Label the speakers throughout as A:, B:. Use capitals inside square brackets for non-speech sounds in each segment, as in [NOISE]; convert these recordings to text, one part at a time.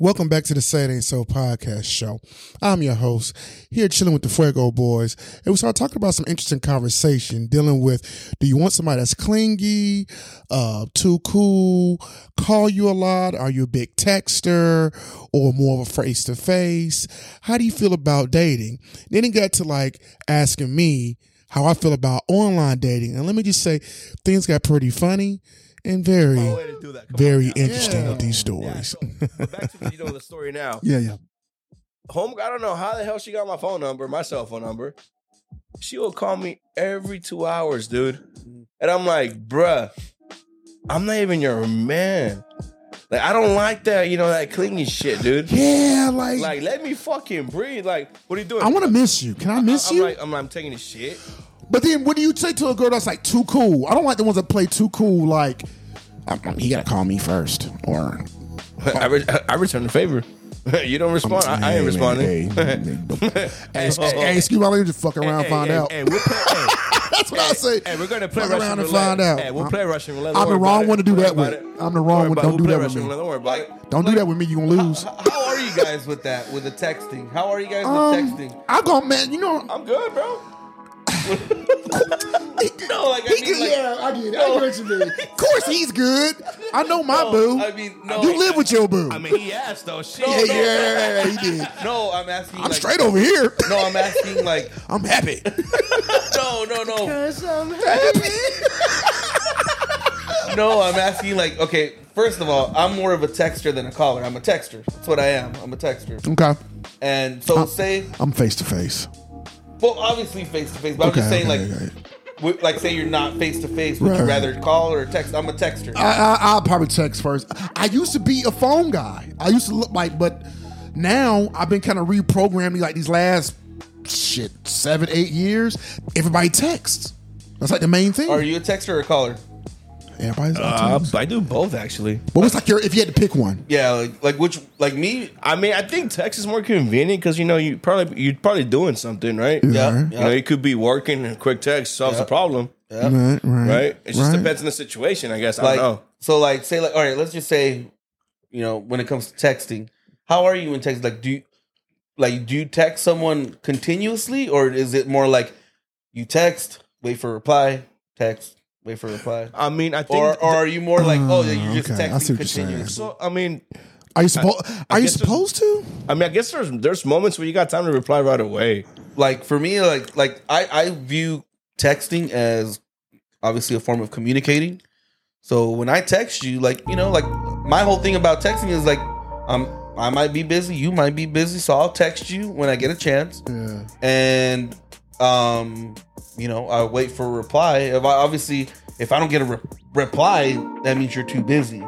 A: Welcome back to the Say It Ain't So podcast show. I'm your host here, chilling with the Fuego boys, and we started talking about some interesting conversation dealing with: Do you want somebody that's clingy, uh, too cool, call you a lot? Are you a big texter, or more of a face to face? How do you feel about dating? Then it got to like asking me how I feel about online dating, and let me just say, things got pretty funny and very
B: Oh, way to do that. Come on
A: very
B: now.
A: interesting
C: Yeah.
A: with these
B: Yeah,
A: stories.
B: so, but back to you know the story now.
C: Yeah, yeah.
B: Home, I don't know how the hell she got my phone number, my cell phone number. She will call me every two hours, dude, and I'm like, bruh, I'm not even your man. Like, I don't like that, you know, that clingy shit, dude.
A: Yeah, like,
B: Like, let me fucking breathe. Like, what are you doing?
A: I want to miss you. Can I miss
B: I'm
A: you?
B: Like, I'm, I'm taking this shit.
A: but then, what do you say to a girl that's like too cool? I don't like the ones that play too cool. Like, I- I- he gotta call me first, or
B: I, re- I return the favor. [LAUGHS] you don't respond. Oh, I, I ain't responding. [LAUGHS]
A: ask, ask you, I'll just fuck around,
B: Hey,
A: find
B: hey,
A: out.
B: Hey, we'll play, hey,
A: that's what I say.
B: hey, we're gonna play
A: fuck
B: Russian
A: around and
B: roulette.
A: find out.
B: Hey, we'll play Russian roulette.
A: I'm
B: Don't
A: the
B: worry
A: wrong
B: about
A: one to
B: it.
A: do
B: Don't
A: that
B: worry
A: with.
B: about it.
A: I'm the wrong one.
B: Don't worry
A: Don't
B: about
A: do
B: it. We'll play
A: that with
B: Russian
A: me.
B: roulette. Don't worry about it.
A: Don't do that with me. You gonna lose.
C: How are you guys with that? With the texting? How are you guys
A: Um,
C: with texting?
A: I go, man. You know,
B: I'm good, bro.
C: [LAUGHS]
B: no, like
A: He
B: I mean,
A: good,
B: like,
A: yeah, I get it. I get what you mean. Of course, he's good. I know my
B: No,
A: boo.
B: I mean, no,
A: you live with your boo.
B: I mean, he asked though. Shit.
A: yeah,
B: No,
A: yeah,
B: no,
A: yeah, yeah, he did.
B: no, I'm asking.
A: I'm
B: like,
A: straight over here.
B: No, I'm asking like,
A: I'm happy.
B: no, no, no,
A: happy.
C: No, I'm asking like, okay, first of all, I'm more of a texter than a caller. I'm a texter. That's what I am. I'm a texter.
A: [LAUGHS] Okay.
C: And so say,
A: I'm face to face.
C: well, obviously face to face, but I'm
A: Okay.
C: just Oh, saying
A: okay,
C: like,
A: okay.
C: w- like say you're not face to face, would you
A: Right.
C: rather call or text? I'm a texter.
A: I, I, I'll probably text first. I used to be a phone guy. I used to look like, but now I've been kind of reprogramming like these last shit seven, eight years. Everybody texts. That's like the main thing.
C: are you a texter or a caller?
A: Everybody's
B: Uh,
A: uh,
B: I do both actually.
A: But what's like your if you had to pick one?
C: Yeah, like, like which, like me.
B: I mean, I think text is more convenient because you know you probably you're probably doing something, right?
A: Yeah.
B: You know, you could be working and quick text solves the problem,
A: Right, right,
B: right? It just
A: right.
B: depends on the situation, I
A: Oh,
B: guess. I
C: Like,
B: don't know.
C: so like say like, all right, let's just say, you know, when it comes to texting, how are you in text? Like, do you, like do you text someone continuously, or is it more like you text, wait for a reply, text, wait for a reply?
B: I mean, I think.
C: or or are you more like, oh,
A: [SIGHS]
C: you're just
A: okay, I see what
C: texting
A: you're saying.
C: continuously?
B: so I mean,
A: Are you supposed? Are you
B: guess there's-
A: supposed to?
B: I mean, I guess there's there's moments where you got time to reply right away.
C: Like for me, like like I I view texting as obviously a form of communicating. So when I text you, like you know, like my whole thing about texting is like, um, I might be busy, you might be busy, so I'll text you when I get a chance,
A: Yeah.
C: and um, you know, I wait for a reply. If I obviously if I don't get a re- reply, that means you're too busy,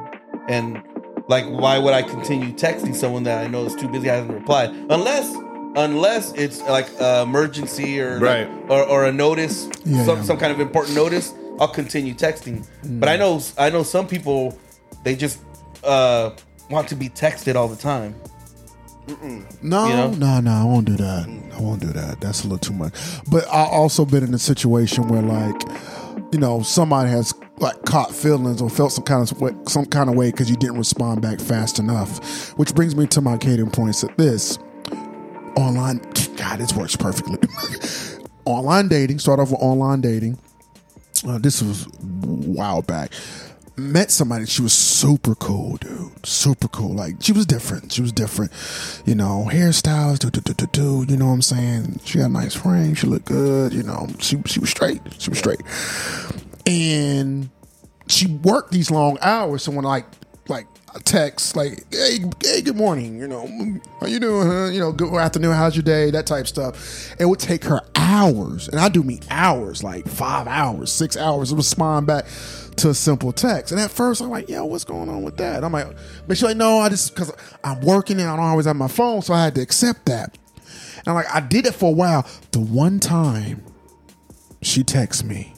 C: and like why would I continue texting someone that I know is too busy hasn't replied unless unless it's like an emergency or
B: Right.
C: or, or a notice
A: Yeah,
C: some
A: yeah.
C: some kind of important notice I'll continue texting but I know I know some people they just uh want to be texted all the time
A: No,
C: You know?
A: no, no. I won't do that. I won't do that. That's a little too much. But I also been in a situation where like, you know, somebody has like caught feelings or felt some kind of way, some kind of way because you didn't respond back fast enough. Which brings me to my cadence points at this online. God, this works perfectly. [LAUGHS] online dating. Start off with online dating. Uh, this was a while back. Met somebody. She was super cool, dude. Super cool. Like she was different. She was different. You know, hairstyles. Do do do do do. You know what I'm saying? She got a nice frame. She looked good. You know, she she was straight. She was straight. And she worked these long hours. So when like like a text like hey, hey good morning you know how you doing huh? you know good afternoon how's your day that type stuff it would take her hours and i do mean hours like five hours six hours to respond back to a simple text and at first i'm like yo what's going on with that i'm like but she's like no i just because i'm working and i don't always have my phone so i had to accept that and i'm like i did it for a while the one time she texts me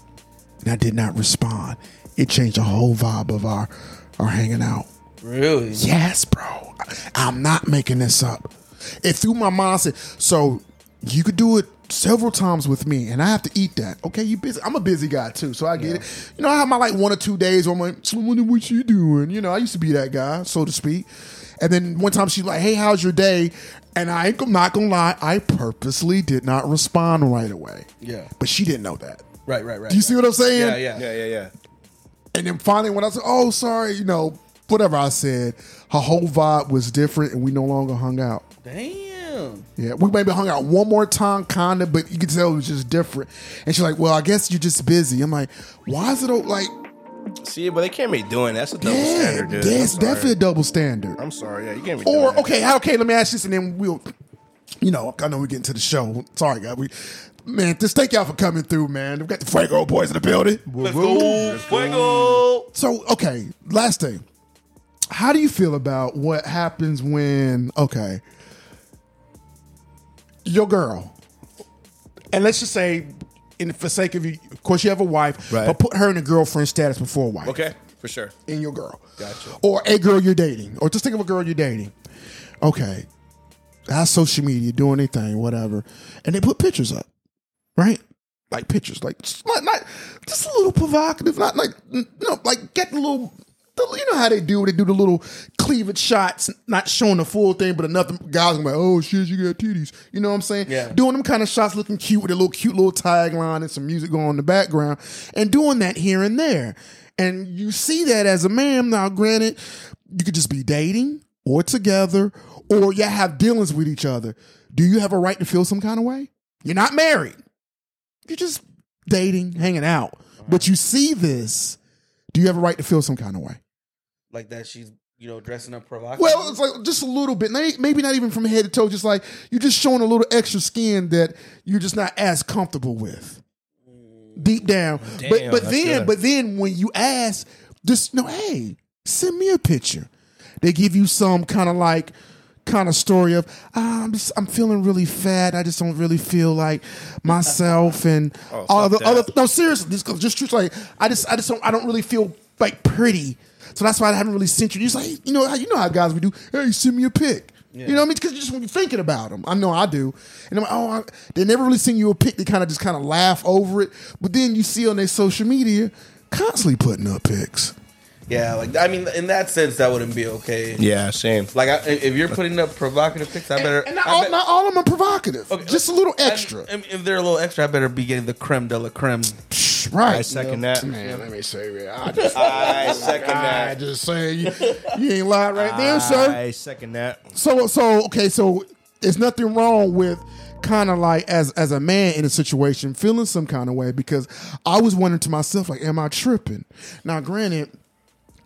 A: and I did not respond. It changed the whole vibe of our our hanging out.
C: really
A: Yes, bro. I'm not making this up. It threw my mind. I said, so you could do it several times with me, and I have to eat that. Okay, you busy. I'm a busy guy too, so I get it. You know, I have my like one or two days where I'm like, so what what you doing? You know, I used to be that guy, so to speak. And then one time she's like, "Hey, how's your day?" And I ain't, I'm not gonna lie, I purposely did not respond right away.
C: Yeah.
A: but she didn't know that.
C: Right, right, right.
A: Do you see what I'm saying?
C: Yeah, yeah.
B: Yeah, yeah, yeah.
A: And then finally, when I said, "Oh, sorry," you know, whatever I said, her whole vibe was different, and we no longer hung out.
C: Damn.
A: Yeah, we maybe hung out one more time, kinda, but you could tell it was just different. And she's like, "Well, I guess you're just busy." I'm like, "Why is it o- like?"
B: See, but they can't be doing that's a double
A: Yeah,
B: standard, dude. I'm
A: that's
B: sorry.
A: definitely a double standard.
B: I'm sorry. Yeah, you can't be. doing
A: Or
B: that.
A: okay, how- okay, let me ask this, and then we'll, you know, I know we getting to the show. Sorry, guys. We, man, just thank y'all for coming through, man. We've got the Fuego boys in the building.
C: Let's go. Fuego.
A: So okay, last thing. How do you feel about what happens when okay, your girl, and let's just say, in the forsake of you, of course you have a wife,
B: Right.
A: but put her in a girlfriend status before a wife
B: Okay, for sure.
A: in your girl.
B: Gotcha.
A: Or a girl you're dating. Or just think of a girl you're dating. Okay. How's social media doing anything, whatever. And they put pictures up. Right? Like pictures. Like just not, not just a little provocative. Not like n- no, like get the little the, you know how they do they do the little cleavage shots, not showing the full thing, but enough guys are like, oh shit, you got titties. You know what I'm saying?
C: Yeah.
A: Doing them kind of shots looking cute with a little cute little tagline and some music going in the background and doing that here and there. And you see that as a man. Now, granted, you could just be dating or together or you have dealings with each other. Do you have a right to feel some kind of way? You're not married. You're just dating, hanging out. But you see this. Do you have a right to feel some kind of way?
C: Like that she's, you know, dressing up provocative.
A: Well, it's like just a little bit, May- maybe not even from head to toe. Just like you're just showing a little extra skin that you're just not as comfortable with deep down. but
B: Damn,
A: but
B: that's
A: then
B: good.
A: but then when you ask, just no, hey, send me a picture. They give you some kind of like kind of story of ah, I'm just I'm feeling really fat. I just don't really feel like myself and
B: Oh,
A: all
B: fuck
A: the other.
B: that.
A: No, seriously, this goes just truth. Like I just I just don't I don't really feel like pretty. So that's why I haven't really sent you. It's like you know how you know how guys we do. Hey, send me a pic. You know what I mean? Because just when you're thinking about them, I know I do. And I'm like, oh, I, they never really send you a pic. They kind of just kind of laugh over it. But then you see on their social media constantly putting up pics.
C: yeah, like, I mean, in that sense, that wouldn't be okay.
B: Yeah, same.
C: Like, I, if you're putting up provocative pics, I better.
A: And not
C: I
A: all,
C: bet-
A: not all of them are provocative.
C: Okay,
A: just a little
C: I-
A: extra.
C: I mean, if they're a little extra, I better be getting the creme de la creme.
A: Psh, right.
B: I second that.
A: Man, let me say that. I just,
B: I second
A: I just say you, you ain't lying [LAUGHS] right there, sir.
B: I second that.
A: So so okay, so it's nothing wrong with kind of like as as a man in a situation feeling some kind of way because I was wondering to myself like, am I tripping? Now, granted.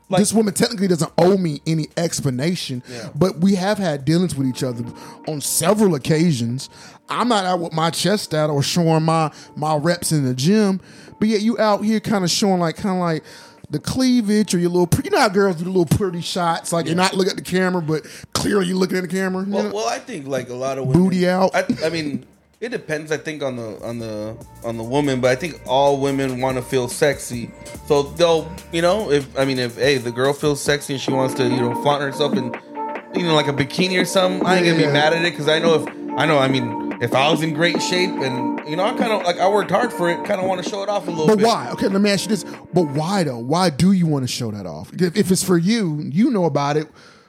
A: this woman technically doesn't owe me any explanation, but we have had dealings with each other on several occasions. I'm not out with my chest out or showing my my reps in the gym, but yet you out here kind of showing like kind of like the cleavage or your little. Pre- you know how girls do the little pretty shots, like you're not looking at the camera, but clearly you're looking at the camera. you know?
C: Well, well, I think like a lot of women,
A: Booty out.
C: I, I mean, it depends. I think on the on the on the woman, but I think all women want to feel sexy. So they'll, you know, if I mean, if hey, the girl feels sexy and she wants to, you know, flaunt herself in, you know, like a bikini or something, I ain't gonna
A: Yeah.
C: be mad at it because I know if I know, I mean, if I was in great shape and you know, I kind of like I worked hard for it, kind of want to show it off a little
A: But
C: bit.
A: why? Okay, let me ask you this. But why though? Why do you want to show that off? If, if it's for you, you know about it.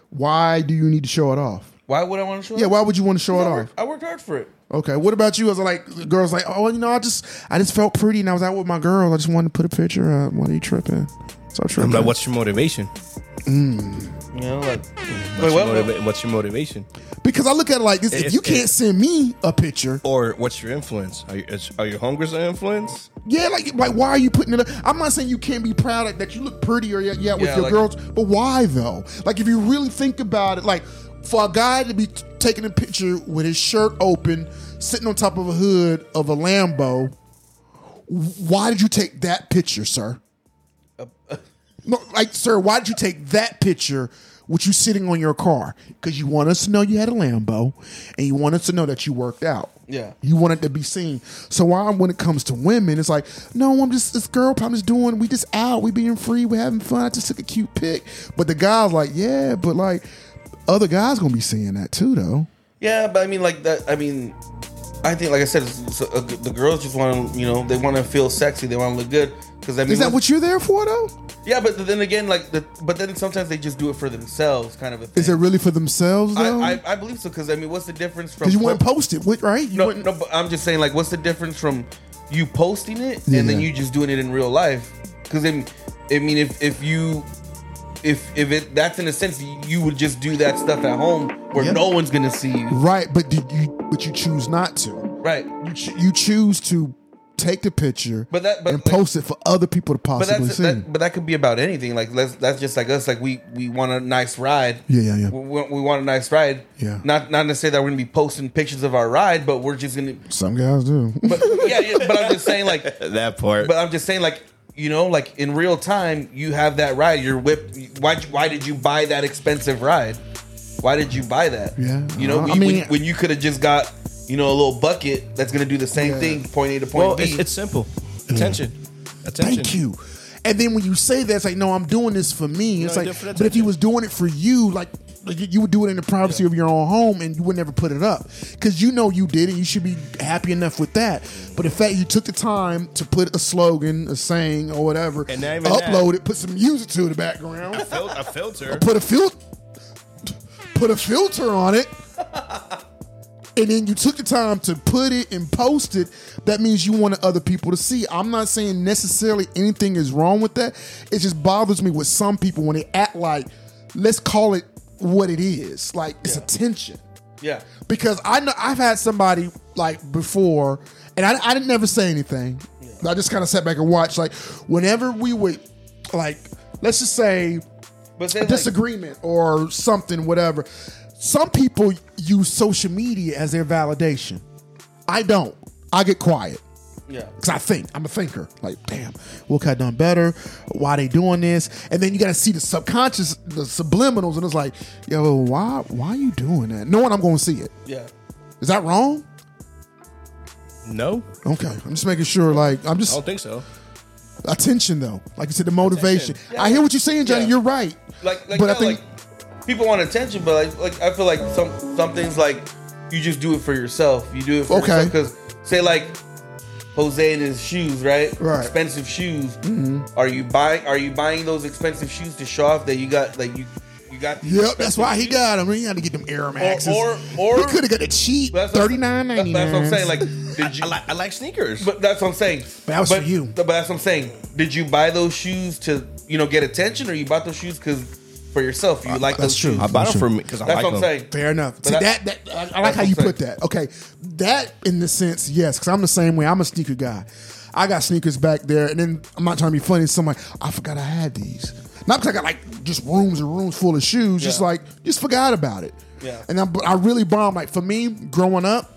A: Why do you need to show it off?
C: Why would I want to show?
A: Yeah,
C: it?
A: why would you want to show it
C: I
A: off?
C: worked, I worked hard for it.
A: Okay, what about you? As like girls, like oh, you know, I just I just felt pretty and I was out with my girl. I just wanted to put a picture up. Why are you tripping? So
B: I'm
A: tripping.
B: like, what's your motivation?
C: You know, like
B: What's,
C: Wait, what-
B: your, motiva- what's your motivation?
A: Because I look at it like this: if
B: It's-
A: you can't
B: it's-
A: send me a picture,
B: Or what's your influence? Are you, is, are you hungry for influence?
A: yeah, like like why are you putting it? up? I'm not saying you can't be proud of, that you look pretty or yeah, yeah with
C: Yeah,
A: your
C: like-
A: girls, but why though? Like if you really think about it, like for a guy to be t- taking a picture with his shirt open, sitting on top of a hood of a Lambo, why did you take that picture, sir? No, like, sir, why did you take that picture with you sitting on your car? Because you want us to know you had a Lambo and you want us to know that you worked out.
C: Yeah.
A: You want it to be seen. So why when it comes to women, it's like, no, I'm just this girl I'm just doing we just out, we being free, we're having fun. I just took a cute pic. But the guy's like, yeah, but like other guys gonna be seeing that too though.
C: Yeah, but I mean, like that. I mean, I think, like I said, it's, it's a, the girls just want to, you know, they want to feel sexy, they want to look good, because that means
A: Is that what you're there for though?
C: Yeah, but then again, like, the, but then sometimes they just do it for themselves, kind of a thing.
A: Is it really for themselves though?
C: I, I, I believe so, because I mean, what's the difference from?
A: Because you wouldn't post it, wi- right? You
C: no,
A: wouldn't-
C: no, but I'm just saying, like, what's the difference from you posting it and then
A: Yeah.
C: you just doing it in real life? Because I mean, I mean, if if you if if it that's in a sense you would just do that stuff at home where
A: Yeah.
C: no one's gonna see you,
A: Right, but did you but you choose not to.
C: right?
A: You, ch- you choose to take the picture
C: But that- but
A: and
C: like-
A: post it for other people to
C: But
A: possibly
C: that's
A: see.
C: that, but that could be about anything. Like that's that's just like us. Like we we want a nice ride.
A: Yeah, yeah, yeah.
C: We, want- we want a nice ride.
A: Yeah.
C: Not not to say that we're gonna be posting pictures of our ride, but we're just gonna.
A: Some guys do.
C: But
A: [LAUGHS]
C: yeah, yeah. But I'm just saying, like [LAUGHS]
B: that part.
C: But I'm just saying, like you know, like in real time, you have that ride. You're whipped. Why? Why did you buy that expensive ride? Why did you buy that?
A: Yeah.
C: You know,
A: Uh,
C: when,
A: I mean-
C: when, when you could have just got you know a little bucket that's gonna do the same
A: Yeah.
C: thing, point A to point
B: well,
C: B.
B: it's, it's simple. Attention. Attention.
A: Thank you. And then when you say that, it's like, no, I'm doing this for me. It's
B: No,
A: like,
B: different
A: but if you was doing it for you, like, like, you- you would do it in the privacy of your own home and you would never put it up because you know you did it. You should be happy enough with that. But the fact you took the time to put a slogan, a saying, or whatever,
B: And not even
A: upload it, put some music to the background,
B: Fil- a filter.
A: put a fil- put a filter on it. And then you took the time to put it and post it. That means you wanted other people to see. I'm not saying necessarily anything is wrong with that. It just bothers me with some people when they act like, let's call it what it is. Like it's attention
C: yeah.
A: because I know I've had somebody like before, and I, I didn't never say anything. I just kind of sat back and watched. Like whenever we would, like let's just say
C: But
A: a
C: then, like,
A: disagreement or something, whatever. Some people use social media as their validation. I don't. I get quiet
C: yeah.
A: because I think I'm a thinker. Like, damn, what could I done better? Why they doing this? And then you got to see the subconscious, the subliminals, and it's like, yo, why, why you doing that? Knowing I'm going to see it.
C: Yeah.
A: Is that wrong?
B: No,
A: Okay, I'm just making sure. Like, I'm
B: I
A: just
B: don't think so.
A: attention though. Like you said, the motivation.
B: Attention.
A: I hear what you're saying, Johnny.
C: Yeah.
A: You're right.
C: Like, like,
A: but
C: no,
A: I think
C: like people want attention, but like, like I feel like some some things like you just do it for yourself. You do it for
A: Okay.
C: Because say like Jose and his shoes, right?
A: Right. Mm-hmm.
C: Expensive shoes. Are you buying? Are you buying those expensive shoes to show off that you got? Like you, you got. These
A: Yep, that's
C: expensive
A: why he
C: shoes?
A: got him. He had to get them Air Maxes.
C: or- or-
A: he could have got the cheap
C: That's what-
A: thirty nine ninety nine.
C: That's what I'm saying. Like,
A: [LAUGHS]
C: did you?
B: I, like I like sneakers.
C: But that's what I'm saying.
A: That was
C: but,
A: for you.
C: But that's what I'm saying. Did you buy those shoes to you know get attention, or you bought those shoes because for yourself you like
A: Uh, that's
C: those
A: true.
C: shoes?
B: I bought
A: Sure.
B: them for me because I
C: That's
B: like
C: what I'm
B: them.
C: saying.
A: Fair enough.
C: But
A: See
C: that-
A: that, that, I I like how
C: that's
A: you
C: what I'm
A: put that. Okay, that in the sense, yes, because I'm the same way. I'm a sneaker guy. I got sneakers back there, and then I'm not trying to be funny. So I'm like, I forgot I had these. Not because I got like just rooms and rooms full of shoes. Just
C: Yeah.
A: like just forgot about it.
C: Yeah.
A: And I, but I really bomb. Like for me, growing up,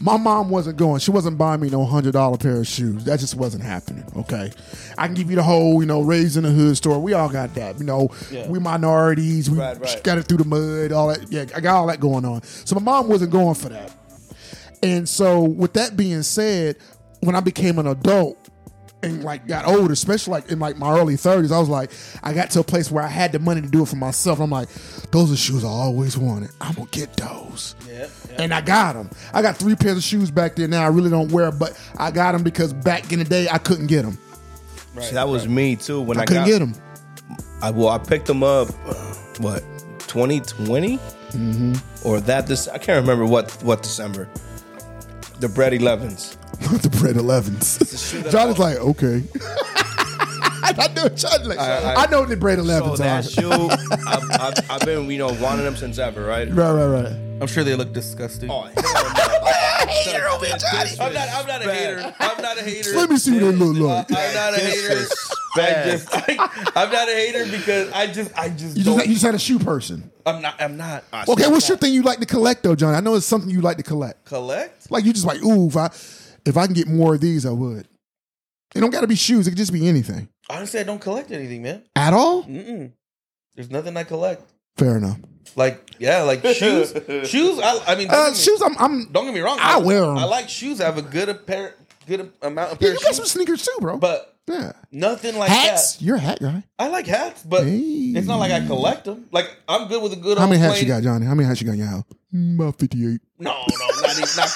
A: my mom wasn't going. She wasn't buying me no hundred dollar pair of shoes. That just wasn't happening. Okay, I can give you the whole, you know, raised in the hood story. We all got that. You know,
C: Yeah.
A: we minorities. We
C: Right, right.
A: got it through the mud. All that. Yeah, I got all that going on. So my mom wasn't going for that. And so, with that being said, when I became an adult and like got older, especially like in like my early thirties, I was like, I got to a place where I had the money to do it for myself. I'm like, those are shoes I always wanted. I'm gonna get those.
C: Yeah, yeah.
A: And I got them. I got three pairs of shoes back there now. I really don't wear, 'em, but I got them because back in the day I couldn't get them.
C: Right,
B: See, that was me too when I,
A: I couldn't get [LAUGHS]
B: got
A: them.
B: I, well, I picked them up. uh, What 2020
A: Mm-hmm.
B: or that this I can't remember what what December. The bread 11s.
A: the bread 11s. John is like, okay. [LAUGHS] I know. John like, I,
B: I-
A: know what the bread 11s
B: So that
A: are.
B: shoe,
A: [LAUGHS]
B: I've, I've, I've been you know wanting them since ever, right?
A: Right, right, right.
C: I'm sure they look disgusting.
B: Oh, [LAUGHS] hell no.
A: Hater over here, Johnny.
C: I'm not. I'm not a hater. I'm not a hater.
A: Let me see what they look like.
C: I'm not a hater. I
B: Disrespect.
C: just, I, I'm not a hater because I just, I just,
A: You
C: don't,
A: just, you just had a shoe person.
C: I'm not, I'm not.
A: Okay, what's your thing you like to collect though, John? I know it's something you like to collect.
C: Collect?
A: Like you just like, ooh, if I if I can get more of these, I would. It don't gotta be shoes, it could just be anything.
C: Honestly, I don't collect anything, man.
A: At all?
C: Mm-mm. There's nothing I collect.
A: Fair enough.
C: Like, yeah, like shoes. shoes. I, I mean, don't,
A: Uh,
C: get me,
A: shoes, I'm I'm
C: don't get me wrong.
A: I wear 'em.
C: I like shoes. I have a good a pair, good amount of
A: yeah,
C: pair
A: you
C: of
A: got some
C: shoes,
A: sneakers too, bro.
C: but
A: yeah.
C: nothing like
A: Hats.
C: that.
A: You're a hat guy.
C: I like hats, but
A: Hey.
C: it's not like I collect them. Like, I'm good with a good.
A: How many
C: old
A: hats you
C: plain-
A: got, Johnny? How many hats you got in your house? Mm, About fifty eight.
C: No, no, e, not even. Not,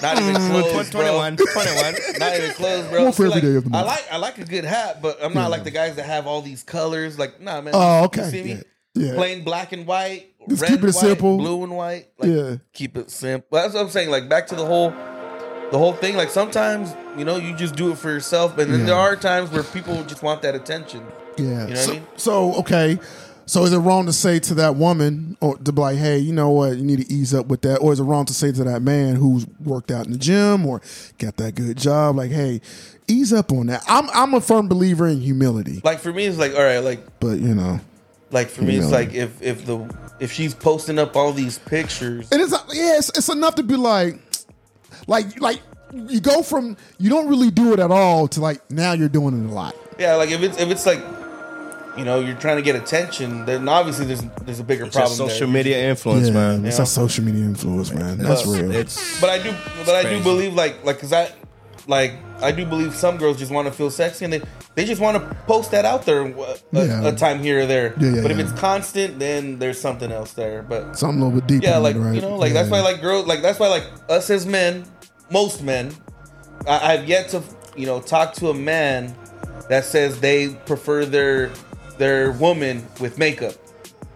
C: Not even
B: Oh,
C: clothes, bro.
B: 21, [LAUGHS] 21.
C: Not even clothes, bro.
A: One for
C: See,
A: every
C: like,
A: day of the month.
C: I like I like a good hat, but I'm not like the guys that have all these colors. Like, nah, man.
A: Oh,
C: you
A: okay.
C: see me?
A: Yeah. Yeah.
C: Plain black and white,
A: Just
C: red
A: keep it
C: and white,
A: simple.
C: blue and white. Like,
A: Yeah.
C: keep it simple. That's what I'm saying. Like back to the whole the whole thing. Like sometimes, you know, you just do it for yourself, but then
A: Yeah.
C: there are times where people just want that attention.
A: Yeah.
C: You know what I
A: so,
C: mean?
A: so, okay. So is it wrong to say to that woman or to be like, hey, you know what, you need to ease up with that? Or is it wrong to say to that man who's worked out in the gym or got that good job, like, hey, ease up on that? I'm I'm a firm believer in humility.
C: Like for me, it's like, all right, like
A: But you know.
C: like for me, it's
A: Yeah.
C: like if if the if she's posting up all these pictures,
A: And it's not- yeah, it's, it's enough to be like, like, like you go from you don't really do it at all to like now you're doing it a lot.
C: yeah, like if it's if it's like you know you're trying to get attention, then obviously there's there's a bigger problem.
B: Just
C: there.
B: social media influence,
A: yeah,
B: man.
A: it's
C: Yeah.
A: that social media influence, man. That's
B: But
A: real.
B: It's
C: But I do, but I do
B: crazy.
C: believe like like because I like I do believe some girls just want to feel sexy and they they just want to post that out there a, a-
A: Yeah.
C: a time here or there.
A: Yeah, yeah,
C: but
A: yeah.
C: if it's constant, then there's something else there. But
A: Something a little bit deeper. in
C: yeah,
A: it,
C: like
A: right?
C: you know, like that's
A: Yeah.
C: why like girls like that's why like us as men, most men, I, I've yet to you know talk to a man that says they prefer their their woman with makeup.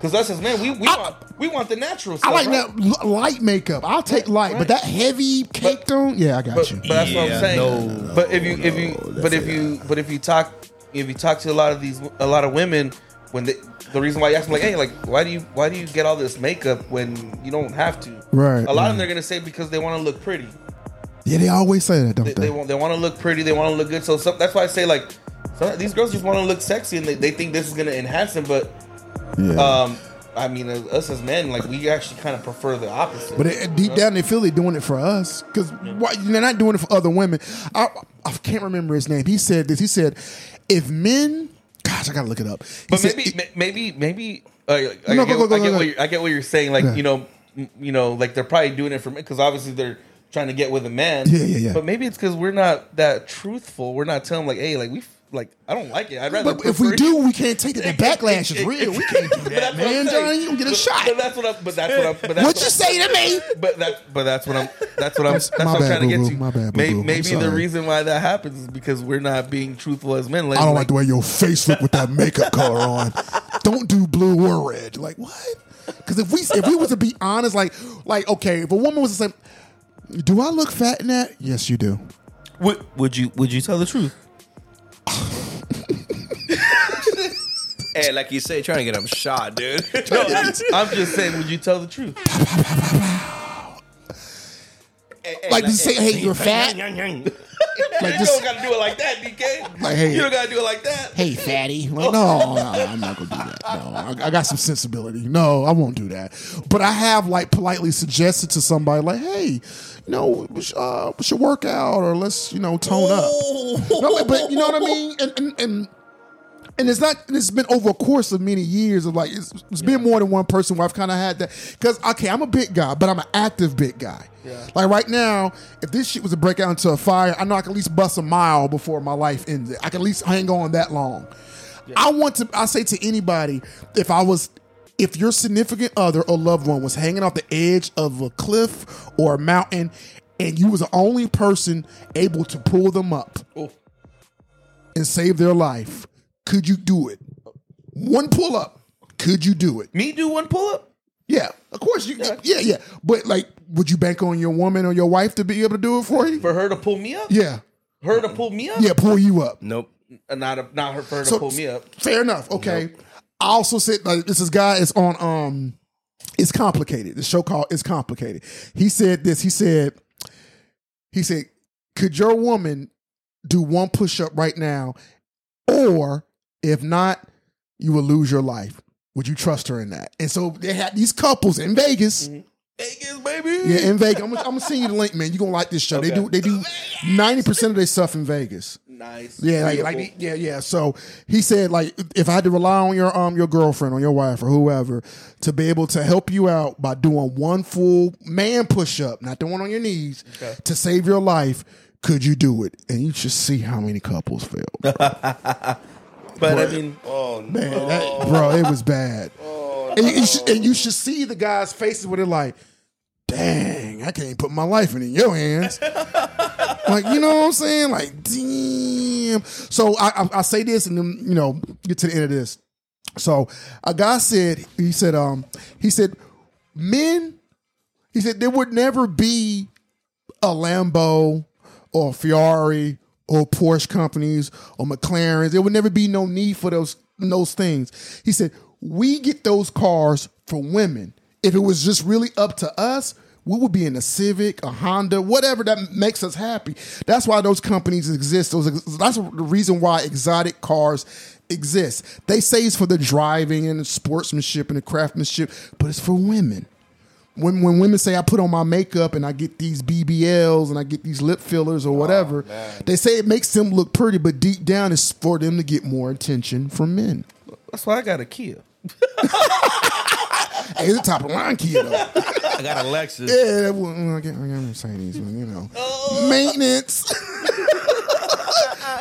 C: Cause us as men, we, we
A: I-
C: want we want the natural
A: I
C: stuff.
A: like
C: right?
A: that l- light makeup. I'll take light, but
C: right.
A: that heavy caked on. Yeah, I got
C: But,
A: you.
C: but that's what
B: Yeah,
C: I'm saying.
B: no,
C: but if you if
B: no,
C: you but
B: that's
C: if
B: a
C: you but if you talk if you talk to a lot of these a lot of women when they, the reason why you ask them like hey like why do you why do you get all this makeup when you don't have to
A: Right, Mm.
C: a lot of
A: right.
C: them they're gonna say because they want to look pretty
A: yeah, they always say that, don't
C: they,
A: they?
C: they want they want to look pretty they want to look good so some, that's why I say like some, these girls just want to look sexy and they, they think this is gonna enhance them but
A: yeah.
C: um I mean as, us as men like we actually kind of prefer the opposite
A: But it,
C: uh,
A: deep down, they feel they're doing it for us because they're not doing it for other women. I, I can't remember his name. He said this. He said, "If men, gosh, I gotta look it up." He
C: But
A: said,
C: maybe, ma- maybe, maybe, uh, like,
A: No, go,
C: I, get,
A: go, go,
C: I, get
A: go, go.
C: What you're, I get what you're saying. Like,
A: Yeah.
C: you know, m- you know, like they're probably doing it for me because obviously they're trying to get with a man.
A: Yeah, yeah, yeah.
C: But maybe it's because we're not that truthful. We're not telling them, like, hey, like we, f- like I don't like it. I'd rather.
A: But if we
C: prefer-
A: do, we can't take it. The
C: [LAUGHS] It- it-
A: backlash
C: it-
A: is
C: it-
A: real. We can't do
C: But
A: that,
C: that's what I'm
A: man. John,
C: saying.
A: you gonna get a
C: But-
A: shot.
C: But that's what I'm. But that's what I'm. But [LAUGHS] that's
A: What you say to me?
C: But that's but that's what I'm. That's what I'm. That's
A: My
C: what I'm
A: bad,
C: trying to get
A: boo-boo.
C: to.
A: My bad,
C: May-
A: boo-boo. I'm
C: maybe the
A: sorry.
C: reason why that happens is because we're not being truthful as men. Like,
A: I don't
C: like
A: like the way your face look with that makeup color on. Don't do blue or red. Like what? Because if we if we was to be honest, like like okay, if a woman was to say, "Do I look fat in that?" Yes, you do.
C: Would, would you would you tell the truth?
B: [LAUGHS] hey, like you say, trying to get him shot,
A: [LAUGHS]
B: dude.
C: No, I'm just saying. Would you tell the truth?
A: Like, you say, "Hey, you're fat." Like
C: you
A: just
C: don't gotta do it like that, DK.
A: Like, hey.
C: you don't gotta do it like that.
A: hey, fatty. Like, no, no, I'm not gonna do that. No, I, I got some sensibility. No, I won't do that. But I have like politely suggested to somebody, like, hey, you know, we should, uh, we should work out or let's you know tone up. No, but- but you know what I mean. And and and, and it's not. It's been over a course of many years of like it's, it's been more than one person where I've kind of had that. Because okay, I'm a big guy, but I'm an active big guy. Like right now, if this shit was to break out into a fire, I know I can at least bust a mile before my life ends. I can at least hang on that long. I want to. I say to anybody, if I was, if your significant other or loved one was hanging off the edge of a cliff or a mountain, and you was the only person able to pull them up
C: Oh.
A: and save their life, could you do it? One pull up, could you do it?
C: Me do one pull up?
A: Yeah, of course you. Yeah, yeah. But like, would you bank on your woman or your wife to be able to do it for you?
C: For her to pull me up?
A: Yeah,
C: Her to pull me up?
A: yeah. Pull you up.
B: [LAUGHS] Nope.
C: Uh, Not a, not her for her to
A: So-
C: pull me up.
A: Fair enough. Okay. I also said like, this is guy is on um it's complicated. The show called It's Complicated. He said this, he said, he said, could your woman do one push up right now? Or if not, you will lose your life. Would you trust her in that? And so they had these couples in Vegas.
C: Mm-hmm. Vegas, baby.
A: Yeah, in Vegas. I'm, gonna- I'm gonna send you the link, man. You're gonna like this show. They
C: Okay.
A: do they do 90% of their stuff in Vegas.
C: Nice.
A: Yeah, like,
C: Beautiful.
A: like yeah, yeah. So he said, like, if I had to rely on your um your girlfriend or your wife or whoever to be able to help you out by doing one full man push up, not the one on your knees, to save your life, could you do it? And you just see how many couples fail, man.
C: but I mean,
B: Oh,
A: [LAUGHS] that- bro, it was bad. and, you should, and you should see the guys' faces where they're like, "Dang, I can't put my life in your hands. like, you know what I'm saying? Like, damn. So I, I, I say this and then, you know, get to the end of this. So a guy said, he said, um, he said, men, he said, there would never be a Lambo or Ferrari or Porsche companies or McLarens. There would never be no need for those those things. He said, we get those cars for women. If it was just really up to us, we would be in a Civic, a Honda, whatever that makes us happy. That's why those companies exist. Those ex- that's the reason why exotic cars exist. They say it's for the driving and the sportsmanship and the craftsmanship, but it's for women when when women say I put on my makeup and I get these BBLs and I get these lip fillers or whatever, they say it makes them look pretty, but deep down it's for them to get more attention from men.
C: That's why I got a Kia.
A: Hey, it's a top of line kid though.
B: I got a Lexus.
A: Yeah, well, I can't, I can't say these, but, you know, maintenance.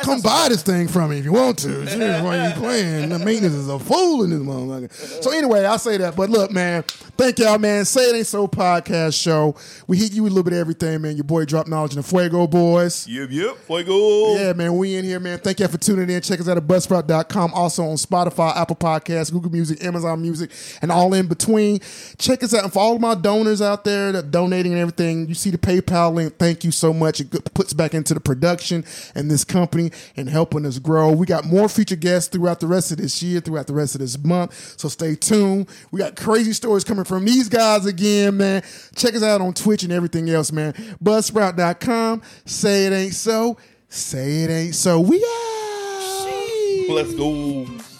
A: Come buy this thing from me if you want to. Shit, why you playing? The maintenance is a fool in this motherfucker. So anyway, I say that. But look, man, thank y'all, man. Say it ain't so podcast show. We hit you with a little bit of everything, man. Your boy drop knowledge in the Fuego boys.
B: Yep, yep. Fuego.
A: Yeah, man, we in here, man. Thank y'all for tuning in. Check us out at buzzsprout.com, also on Spotify, Apple Podcasts, Google Music, Amazon Music, and all in between. Check us out. And for all of my donors out there that donating and everything, you see the PayPal link. Thank you so much. It good- puts back into the production and this company and helping us grow. We got more future guests throughout the rest of this year, throughout the rest of this month. So stay tuned. We got crazy stories coming from these guys again, man. Check us out on Twitch and everything else, man. Buzzsprout.com. Say it ain't so. Say it ain't so. We out.
C: Let's go.